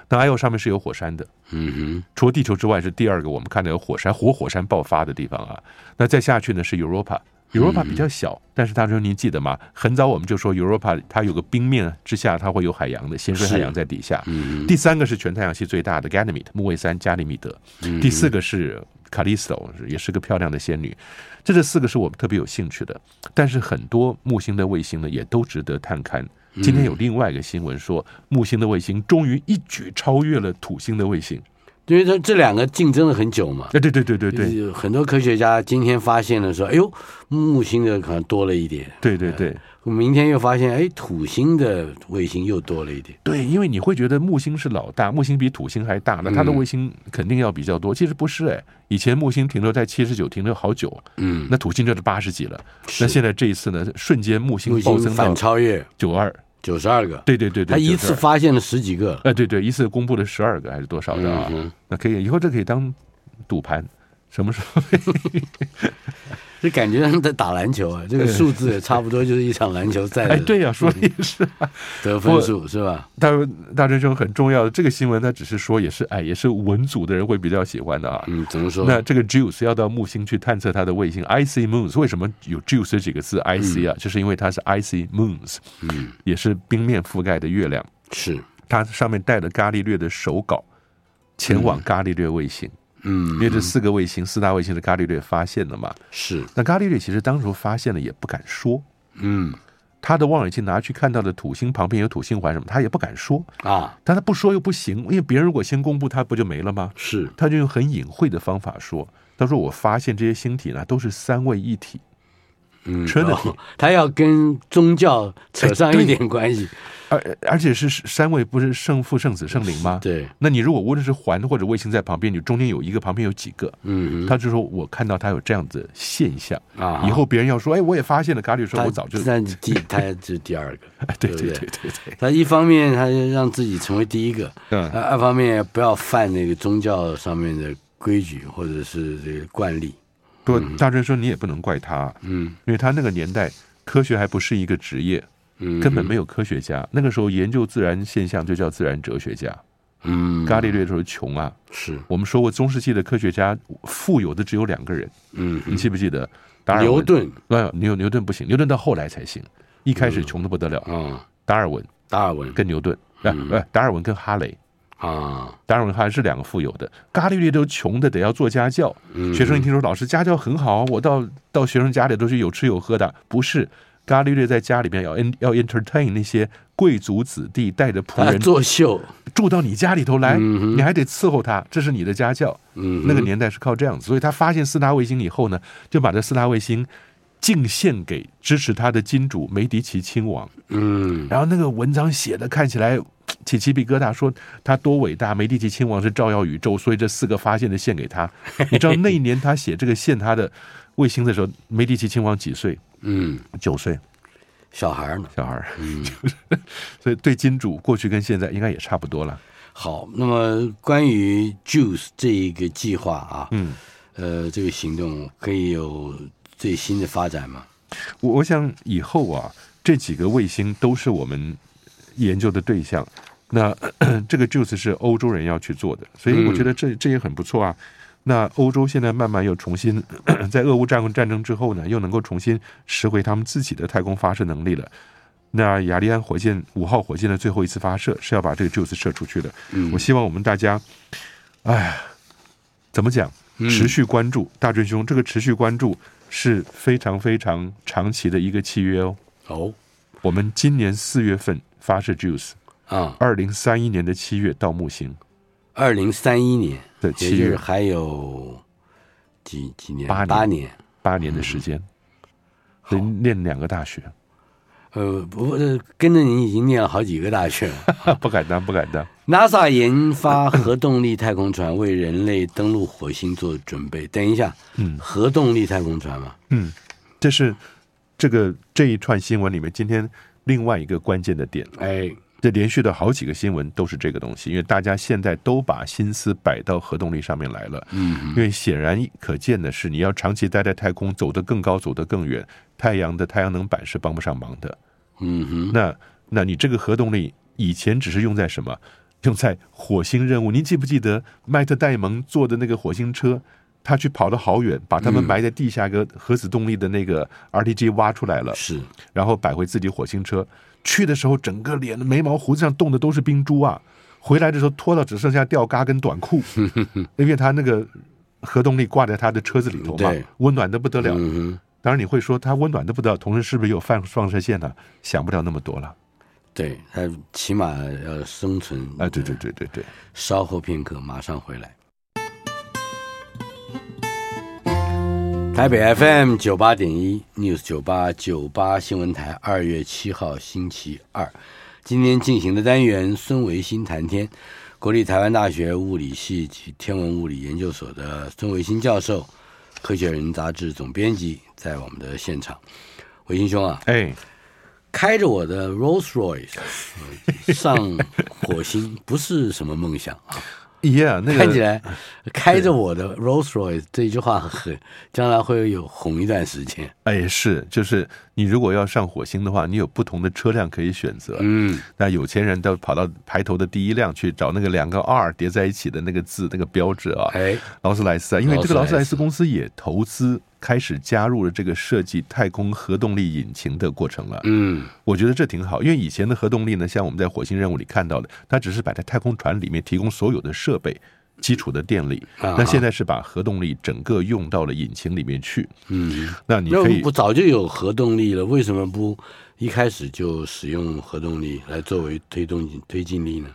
B: 那 Io 上面是有火山的，
A: 嗯
B: 除了地球之外是第二个我们看到有火山活火山爆发的地方啊。那再下去呢是 Europa。Europa
A: 嗯
B: 比较小，但是大家您记得吗？很早我们就说 Europa 它有个冰面之下，它会有海洋的，咸水海洋在底下。
A: 哼嗯
B: 第三个是全太阳系最大的 Ganymede 木卫三加利米德，
A: 哼，
B: 第四个是 Callisto，也是个漂亮的仙女。这这四个是我们特别有兴趣的，但是很多木星的卫星呢，也都值得探勘。
A: 嗯
B: 今天有另外一个新闻说，木星的卫星终于一举超越了土星的卫星。
A: 因为它这两个竞争了很久嘛，
B: 哎，对对对对对
A: 就是很多科学家今天发现了说，哎呦，木星的可能多了一点，
B: 对对
A: 嗯
B: 对
A: 明天又发现，哎，土星的卫星又多了一点。
B: 对，因为你会觉得木星是老大，木星比土星还
A: 嗯
B: 大，那它的卫星肯定要比较多。其实不是哎，以前木星停留在七十九，停留好久，
A: 嗯，
B: 那土星就是八十几了。
A: 是
B: 那现在这一次呢，瞬间木星
A: 木
B: 暴
A: 星
B: 增到
A: 反超越
B: 九二，
A: 九十二个，
B: 对对对对，
A: 他一次
B: 92
A: 发现了十几个。
B: 哎，对对，一次公布了十二个还是多少个啊？
A: 嗯哼
B: 那可以，以后这可以当赌盘，什么时 候？
A: 这感觉像在打篮球啊，这个数字也差不多就是一场篮球赛
B: 哎，
A: 的
B: 对呀、说的也是。
A: 得分数是吧？
B: 大大真兄很重要的这个新闻，他只是说也是哎，也是文组的人会比较喜欢的啊。
A: 嗯，怎么说？
B: 那这个 Juice 要到木星去探测它的卫星 Icy Moons，为什么有 Juice 这几个字 Icy 啊？就是因为它是 Icy Moons，
A: 嗯，
B: 也是冰面覆盖的月亮，
A: 是
B: 它上面带了伽利略的手稿，前往伽利略卫星，因为
A: 嗯
B: 这四个卫星、四大卫星是伽利略发现的嘛。
A: 是
B: 那伽利略其实当时发现了也不敢说，
A: 嗯
B: 他的望远镜拿去看到的土星旁边有土星环什么，他也不敢说，
A: 啊
B: 但他不说又不行，因为别人如果先公布，他不就没了吗？
A: 是
B: 他就用很隐晦的方法说，他说我发现这些星体呢都是三位一体，
A: 嗯，
B: Trinity
A: 哦他要跟宗教扯
B: 哎
A: 上一点关系，
B: 而而且是三位不是圣父、圣子、圣灵吗？
A: 对，
B: 那你如果无论是环或者卫星在旁边，你中间有一个，旁边有几个，
A: 嗯
B: 他就说我看到他有这样的现象，
A: 哼啊，
B: 以后别人要说，哎，我也发现了，伽利略说
A: 他
B: 我早就，
A: 那第他是第二个，
B: 对
A: 对
B: 对
A: 不
B: 对对对，
A: 他一方面他就让自己成为第一个，
B: 嗯
A: 呃二方面不要犯那个宗教上面的规矩或者是这个惯例。
B: 不过大真说你也不能怪他，
A: 嗯
B: 因为他那个年代科学还不是一个职业，
A: 嗯，
B: 根本没有科学家。那个时候研究自然现象就叫自然哲学家，
A: 嗯，
B: 伽利略的时候穷啊。
A: 是，
B: 我们说过，中世纪的科学家富有的只有两个人，
A: 嗯，
B: 你记不记得？达尔文
A: 牛顿
B: 呃，牛牛顿不行，牛顿到后来才行，一开始穷的不得了。
A: 啊，
B: 达尔文
A: 达尔文
B: 跟牛顿，呃
A: 嗯
B: 呃，达尔文跟哈雷，
A: 啊，
B: 达尔文还是两个富有的，伽利略都穷的得要做家教。
A: 嗯
B: 学生一听说老师家教很好，我到到学生家里都是有吃有喝的，不是。伽利略在家里面要 en 要 entertain 那些贵族子弟，带着仆
A: 他
B: 人
A: 啊作秀，
B: 住到你家里头来，你还得伺候他，这是你的家教。
A: 嗯，
B: 那个年代是靠这样子，所以他发现四大卫星以后呢，就把这四大卫星敬献给支持他的金主梅迪奇亲王。
A: 嗯，
B: 然后那个文章写的看起来嘖起鸡皮疙瘩，说他多伟大，梅第奇亲王是照耀宇宙，所以这四个发现的献给 他。你知道那一年他写这个献他的卫星的时候，梅第奇亲王几岁？
A: 嗯，
B: 九岁，嗯
A: 小孩儿呢？
B: 小孩儿。 所以对金主过去跟现在应该也差不多了。
A: 好，那么关于 Juice 这一个计划啊，
B: 嗯，
A: 呃，这个行动可以有最新的发展吗？
B: 我我想以后啊，这几个卫星都是我们研究的对象。那 咳咳这个 Juice 是欧洲人要去做的，所以我觉得这这也很不错啊。那欧洲现在慢慢又重新 咳咳在俄乌战战争之后呢，又能够重新拾回他们自己的太空发射能力了。那雅利安火箭五号火箭的最后一次发射是要把这个 Juice 射出去的。我希望我们大家，哎呀，怎么讲？持续关注、大追兄，这个持续关注是非常非常长期的一个契约哦。
A: 哦，
B: 我们今年四月份发射 Juice，
A: 啊，
B: 二零三一年的七月到木星
A: 二零三一年，
B: 的
A: 也
B: 七
A: 就是
B: 月
A: 还有几几年？
B: 八年
A: 八年。
B: 八年的时间，得念两个大学，
A: 呃，不，呃跟着您已经念了好几个大学了。
B: 不敢当，不敢当。
A: NASA 研发核动力太空船为人类登陆火星做准备。等一下，
B: 嗯
A: 核动力太空船嘛，
B: 嗯，这是这个这一串新闻里面今天另外一个关键的点。
A: 哎，
B: 这连续的好几个新闻都是这个东西，因为大家现在都把心思摆到核动力上面来了。
A: 嗯，
B: 因为显然可见的是，你要长期待在太空，走得更高，走得更远，太阳的太阳能板是帮不上忙的。
A: 嗯哼，
B: 那那你这个核动力以前只是用在什么？用在火星任务。您记不记得麦特戴蒙坐的那个火星车？他去跑得好远，把他们
A: 嗯
B: 埋在地下一个核子动力的那个 RTG 挖出来了，
A: 是，
B: 然后摆回自己火星车。去的时候，整个脸、眉毛、胡子上冻的都是冰珠啊！回来的时候，脱到只剩下吊嘎跟 短裤，因为他那个核动力挂在他的车子里头嘛
A: 对，
B: 温暖的不得了。
A: 嗯哼，
B: 当然你会说，他温暖的不得了，同时是不是有放放射线呢、想不了那么多了。
A: 对，它起码要生存
B: 啊，对对对对对。
A: 稍后片刻，马上回来。台北 FM 九八点一 News 九八九八新闻台，二月七号星期二，今天进行的单元孙维新谈天，国立台湾大学物理系及天文物理研究所的孙维新教授，《科学人》杂志总编辑，在我们的现场。维新兄啊，
B: 哎，
A: 开着我的 Rolls Royce 呃上火星不是什么梦想啊。
B: 耶、yeah,，那个
A: 看起来开着我的 Rolls Royce 这句话很，将来会有红一段时间。
B: 哎是，就是你如果要上火星的话，你有不同的车辆可以选择。
A: 嗯，
B: 那有钱人都跑到排头的第一辆去找那个两个 R 叠在一起的那个字那个标志啊，
A: 哎，
B: 劳斯莱斯啊，因为这个
A: 劳
B: 劳
A: 斯莱斯
B: 斯莱斯公司也投资开始加入了这个设计太空核动力引擎的过程了。
A: 嗯，
B: 我觉得这挺好，因为以前的核动力呢，像我们在火星任务里看到的，它只是摆在太空船里面提供所有的设备、基础的电力。
A: 啊
B: 那现在是把核动力整个用到了引擎里面去。
A: 嗯，
B: 那你
A: 那
B: 可以
A: 不早就有核动力了，为什么不一开始就使用核动力来作为推动推进力呢？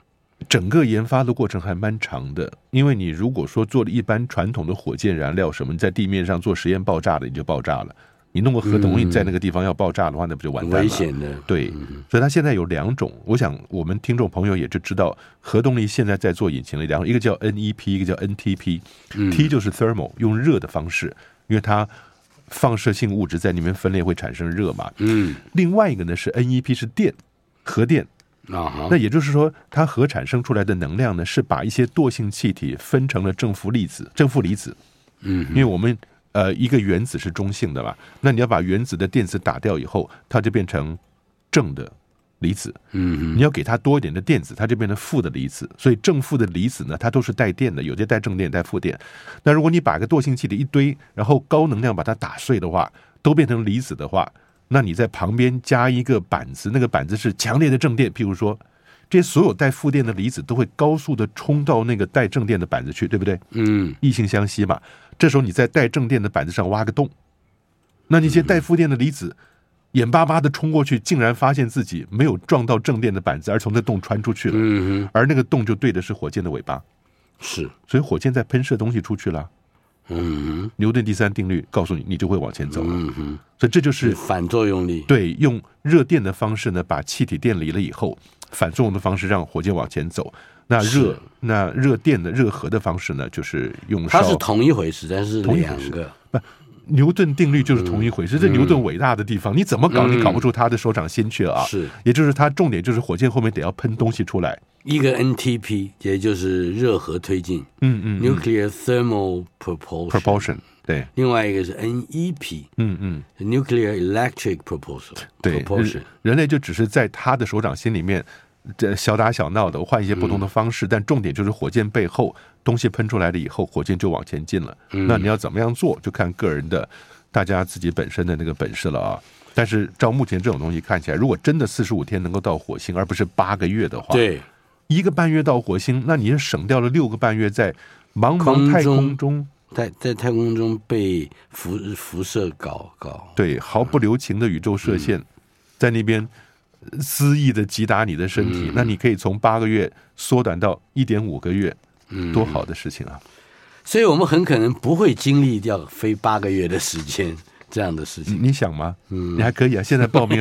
B: 整个研发的过程还蛮长的，因为你如果说做了一般传统的火箭燃料什么，你在地面上做实验爆炸的，你就爆炸了。你弄个核动力
A: 嗯
B: 在那个地方要爆炸的话，那不就完
A: 很
B: 蛋了？
A: 危险的，
B: 对，所以它现在有两种，我想我们听众朋友也就知道，核动力现在在做引擎的两种，一个叫 E NEP，一个叫 NTP。T 就是 thermal，用热的方式，因为它放射性物质在里面分裂会产生热嘛。
A: 嗯，
B: 另外一个呢是 NEP 是电，核电。
A: 啊哈
B: 那，也就是说，它核产生出来的能量呢，是把一些惰性气体分成了正负粒子、正负离子。
A: 嗯，
B: 因为我们呃一个原子是中性的嘛，那你要把原子的电子打掉以后，它就变成正的离子，
A: 嗯
B: 你要给它多一点的电子，它就变成负的离子。所以正负的离子呢，它都是带电的，有些带正电，带负电。那如果你把一个惰性气体一堆，然后高能量把它打碎的话，都变成离子的话，那你在旁边加一个板子，那个板子是强烈的正电，譬如说。这些所有带负电的离子都会高速的冲到那个带正电的板子去，对不对？
A: 嗯
B: 异性相吸嘛。这时候你在带正电的板子上挖个洞，那那些带负电的离子眼巴巴的冲过去，竟然发现自己没有撞到正电的板子，而从那洞穿出去了，
A: 嗯哼，
B: 而那个洞就对的是火箭的尾巴，
A: 是，
B: 所以火箭在喷射东西出去了。
A: 嗯哼，
B: 牛顿第三定律告诉你，你就会往前走了。
A: 嗯哼，
B: 所以这就是
A: 反作用力，
B: 对，用热电的方式呢，把气体电离了以后，反作用的方式让火箭往前走。那热
A: 是
B: 那热电的热核的方式呢，就是用
A: 它是
B: 烧
A: 同一回事，但是
B: 同一
A: 两
B: 回事
A: 个，
B: 牛顿定律就
A: 嗯
B: 是同一回事。这牛顿伟大的地方，你怎么搞你搞不出他的手掌心去啊！
A: 是
B: 也就是他重点就是火箭后面得要喷东西出来。
A: 一个 NTP，也就是热核推进
B: 嗯嗯嗯
A: （Nuclear Thermal Propulsion），
B: ，propulsion，对，
A: 另外一个是 NEP，Nuclear
B: 嗯嗯。
A: Electric Propulsion。
B: 对，
A: Propulsion
B: 人人类就只是在他的手掌心里面，这小打小闹的，换一些不同
A: 嗯
B: 的方式，但重点就是火箭背后东西喷出来了以后，火箭就往前进了。
A: 嗯
B: 那你要怎么样做，就看个人的，大家自己本身的那个本事了啊。但是照目前这种东西看起来，如果真的四十五天能够到火星，而不是八个月的话，
A: 对，
B: 一个半月到火星，那你就省掉了六个半月在茫茫太
A: 空中
B: 空中，
A: 在在太空中被辐辐射搞搞，
B: 对毫不留情的宇宙射
A: 嗯
B: 线，在那边恣意的击打你的身
A: 嗯
B: 体，那你可以从八个月缩短到一点五个月，
A: 嗯
B: 多好的事情啊！
A: 所以我们很可能不会经历掉飞八个月的时间这样的事
B: 你
A: 情。
B: 你想吗？
A: 嗯
B: 你还可以啊！现在报名，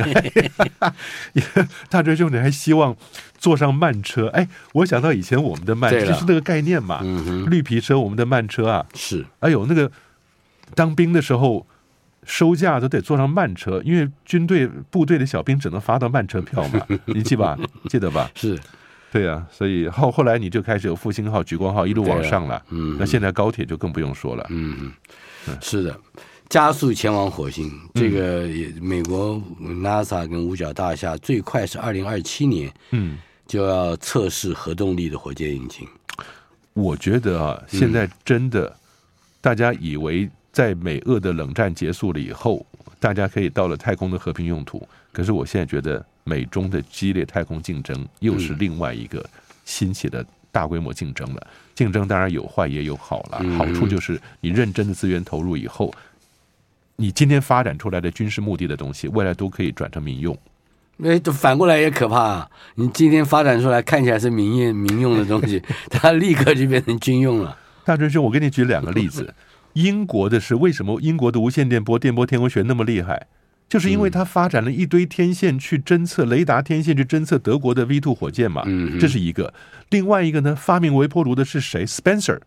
B: 啊 大追兄弟还希望坐上慢车。哎，我想到以前我们的慢车
A: 对了
B: 就是那个概念嘛，
A: 嗯哼，
B: 绿皮车，我们的慢车啊，
A: 是
B: 哎呦，那个当兵的时候收假都得坐上慢车，因为军队部队的小兵只能发到慢车票 嘛，你记吧，记得吧？
A: 是，
B: 对啊，所以后后来你就开始有复兴号、莒光号一路往上了，
A: 嗯
B: 啊那现在高铁就更不用说了，
A: 嗯，是的，加速前往火星，这个也美国 NASA 跟五角大厦最快是二零二七年
B: 嗯。
A: 就要测试核动力的火箭引擎。
B: 我觉得啊，现在真的，大家以为在美俄的冷战结束了以后，大家可以到了太空的和平用途。可是我现在觉得，美中的激烈太空竞争又是另外一个新起的大规模竞争了。竞争当然有坏也有好了，
A: 嗯
B: 好处就是你认真的资源投入以后，你今天发展出来的军事目的的东西，未来都可以转成民用。
A: 哎，这反过来也可怕、啊你今天发展出来看起来是民用民用的东 西，它立刻就变成军用了。
B: 大真兄，我给你举两个例子。英国的是为什么英国的无线电波电波天文学那么厉害？就是因为它发展了一堆天线去侦测雷达天线去侦测德国的 V 2火箭嘛，
A: 嗯
B: 这是一个。另外一个呢，发明微波炉的是谁？Spencer，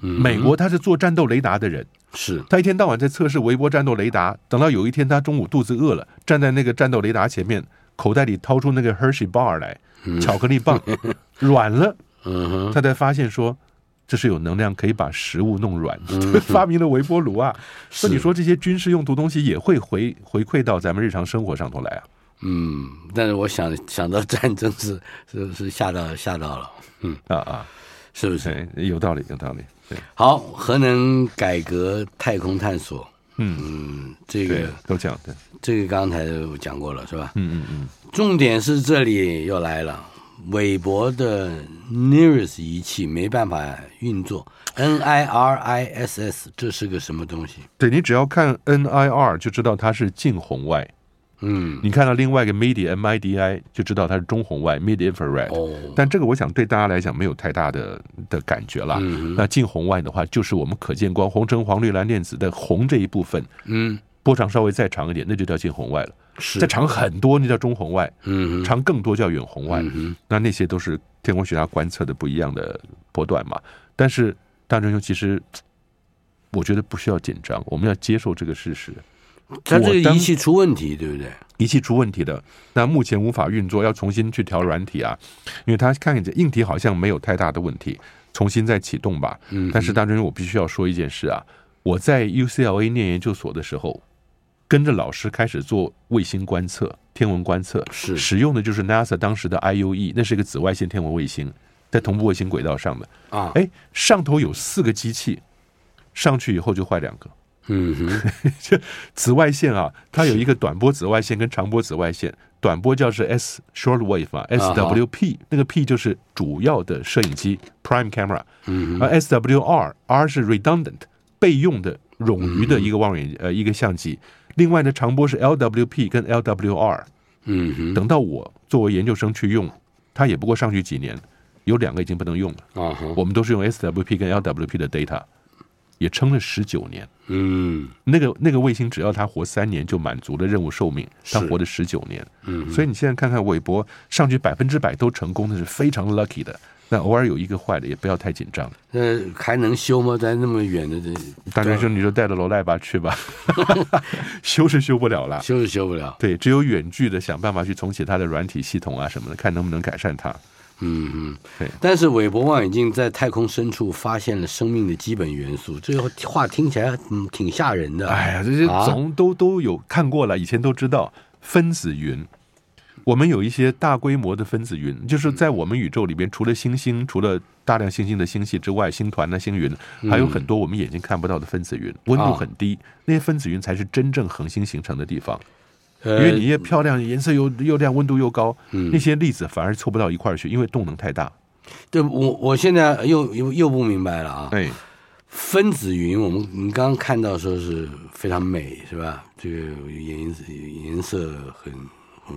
B: 美国他是做战斗雷达的人，
A: 嗯是，
B: 他一天到晚在测试微波战斗雷达。等到有一天他中午肚子饿了，站在那个战斗雷达前面，口袋里掏出那个 Hershey bar 来，巧克力棒，软了。
A: 嗯哼，
B: 他才发现说，这是有能量可以把食物弄软， 发明了微波炉啊。
A: 嗯是
B: 那你说这些军事用途东西也会回回馈到咱们日常生活上头来啊？
A: 嗯，但是我想想到战争是是是吓到吓到了，
B: 啊啊，
A: 是不是？
B: 对，有道理，有道理。对，
A: 好，核能改革、太空探索，
B: 嗯，
A: 嗯，这
B: 对
A: 个，
B: 都讲的，
A: 这个刚才我讲过了，是吧？
B: 嗯嗯嗯，
A: 重点是这里又来了，韦伯的 NIRIS 仪器没办法运作，NIRISS 这是个什么东西？
B: 对你只要看 NIR 就知道它是近红外，
A: 嗯，
B: 你看到另外一个 MIDI MIDI 就知道它是中红外 Mid Infrared。
A: 哦，
B: 但这个我想对大家来讲没有太大的的感觉了。
A: 嗯
B: 那近红外的话，就是我们可见光红橙黄绿蓝靛紫的红这一部分，
A: 嗯，
B: 波长稍微再长一点，那就叫近红外了。
A: 是
B: 再，长很多，那叫中红外；
A: 嗯哼，
B: 长更多叫远红外。
A: 嗯哼，
B: 那那些都是天文学家观测的不一样的波段嘛。但是大真兄其实，我觉得不需要紧张，我们要接受这个事实。
A: 它这
B: 我
A: 个
B: 当
A: 仪器出问题，对不对？
B: 仪器出问题的，那目前无法运作，要重新去调软体啊，因为他看起来硬体好像没有太大的问题，重新再启动吧。
A: 嗯哼，
B: 但是大真兄，我必须要说一件事啊，我在 UCLA 念研究所的时候，跟着老师开始做卫星观测、天文观测，
A: 是
B: 使用的就是 NASA 当时的 IUE，那是一个紫外线天文卫星，在同步卫星轨道上的。
A: 啊，
B: 哎，上头有四个机器，上去以后就坏两个。
A: 嗯哼，
B: 紫外线啊，它有一个短波紫外线跟长波紫外线，短波叫是 S short wave 啊
A: 啊哈
B: ，SWP，那个 P 就是主要的摄影机 prime camera，嗯，而 SWR R 是 redundant 备用的冗余的一个望远呃一个相机，另外呢长波是 LWP 跟 LWR，
A: 嗯哼，
B: 等到我作为研究生去用，它也不过上去几年，有两个已经不能用了，
A: 啊哈，
B: 我们都是用 SWP 跟 LWP 的 data，也撑了十九年。
A: 嗯
B: 那个那个卫星只要它活三年就满足了任务寿命，它
A: 是
B: 活了十九年。
A: 嗯
B: 所以你现在看看韦伯上去百分之百都成功的是非常 lucky 的，那偶尔有一个坏的也不要太紧张。
A: 那还能修吗？在那么远的地，
B: 大学生你就带着罗赖吧 去吧， 修是修不了了。
A: 修是修不了。
B: 对，只有远距的想办法去重启它的软体系统啊什么的，看能不能改善它。
A: 嗯嗯，
B: 对
A: 但是韦伯望远镜在太空深处发现了生命的基本元素，这个话听起来嗯挺吓人的。
B: 哎呀，这些
A: 啊
B: 总都都有看过了，以前都知道分子云。我们有一些大规模的分子云，就是在我们宇宙里边，除了星星、除了大量星星的星系之外，星团呢、啊星云，还有很多我们眼睛看不到的分子云，温度很低，那些分子云才是真正恒星形成的地方。因
A: 呃，
B: 为你越漂亮，颜色又又亮，温度又高，那些粒子反而凑不到一块儿去，因为动能太大。
A: 对我我现在又又又不明白了啊。
B: 哎，
A: 分子云，我们你刚刚看到说是非常美，是吧？这个颜颜色很很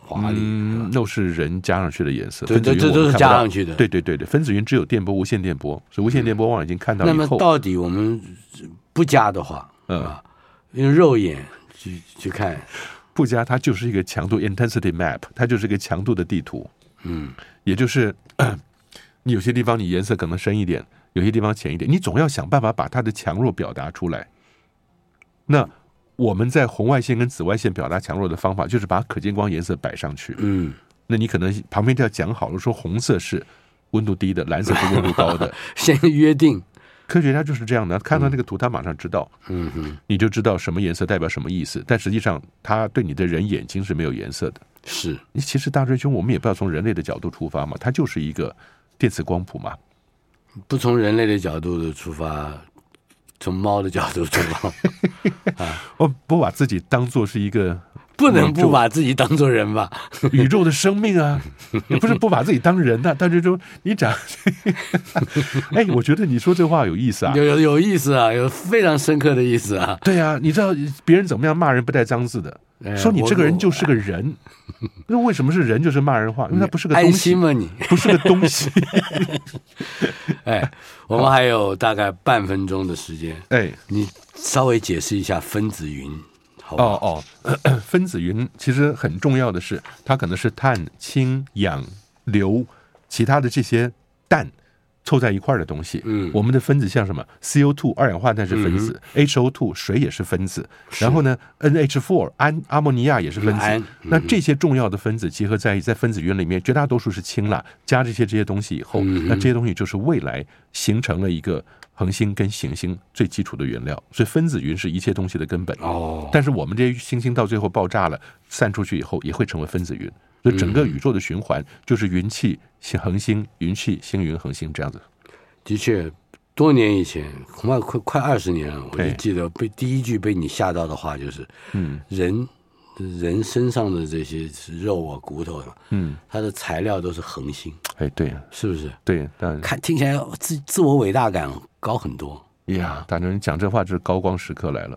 A: 华丽，是吧
B: 嗯，那是人加上去的颜色，
A: 对
B: 分子云
A: 这这
B: 我们
A: 都是
B: 看不
A: 加
B: 到
A: 上去的
B: 对对对对，分子云只有电波，无线电波，所以无线电波望远镜看到
A: 那
B: 以
A: 么
B: 后，
A: 到底我们不加的话，
B: 嗯
A: 啊，用肉眼去去看，
B: 不加它就是一个强度 intensity map，它就是一个强度的地图，
A: 嗯，
B: 也就是 咳你有些地方你颜色可能深一点，有些地方浅一点，你总要想办法把它的强弱表达出来。那我们在红外线跟紫外线表达强弱的方法，就是把可见光颜色摆上去。
A: 嗯，
B: 那你可能旁边就要讲好了，说红色是温度低的，蓝色是温度高的。
A: 先约定，
B: 科学家就是这样的，看到那个图，他马上知道，
A: 嗯哼，
B: 你就知道什么颜色代表什么意思。但实际上，它对你的人眼睛是没有颜色的。
A: 是，
B: 其实大追凶，我们也不要从人类的角度出发嘛，它就是一个电磁光谱嘛。
A: 不从人类的角度的出发，从猫的角度出发，
B: 哦，不把自己当做是一个
A: 不能
B: 宇
A: 不
B: 宙
A: 把自己当做人吧？
B: 宇宙的生 命啊，也不是不把自己当人呐、大追凶，你讲， 哎，我觉得你说这话有意思啊。
A: 有有有意思啊，有非常深刻的意思啊。
B: 对啊，你知道别人怎么样骂人不带脏字的，
A: 哎
B: 说你这个人
A: 我
B: 就是 个人，那为什么是人就是骂人话？因为他不是个
A: 安
B: 东
A: 心
B: 西，
A: 吗你？
B: 不是个东西。
A: 哎，我们还有大概半分钟的时间，
B: 哎，
A: 你稍微解释一下分子云，好吧？
B: 哦哦， 咳咳分子云其实很重要的是，它可能是碳、氢、氧、硫，其他的这些氮凑在一块儿的东西。
A: 嗯
B: 我们的分子像什么？CO2 二氧化碳是分子、h o 2水嗯也是嗯分子，然后呢，NH4 氨阿莫尼亚也是分子。
A: 氨
B: 那这些重要的分子结合在一起，在分子云里面，绝大多数是氢啦，加这些这些东西以后，那这些东西就是未来形成了一个恒星跟行星最基础的原料。所以分子云是一切东西的根本。
A: 哦，
B: 但是我们这些星星到最后爆炸了，散出去以后也会成为分子云。所以整个宇宙的循环就是云气、星恒星、云气、星云、恒星这样子。
A: 的确，多年以前，恐怕快快二十年了，我就
B: 对
A: 记得被第一句被你吓到的话就是，嗯，人人身上的这些肉啊、骨头啊，
B: 嗯，
A: 它的材料都是恒星，
B: 哎，对
A: 是不是？
B: 对，但
A: 看听起来自自我伟大感高很多。
B: 哎呀，大家人讲这话就是高光时刻来了。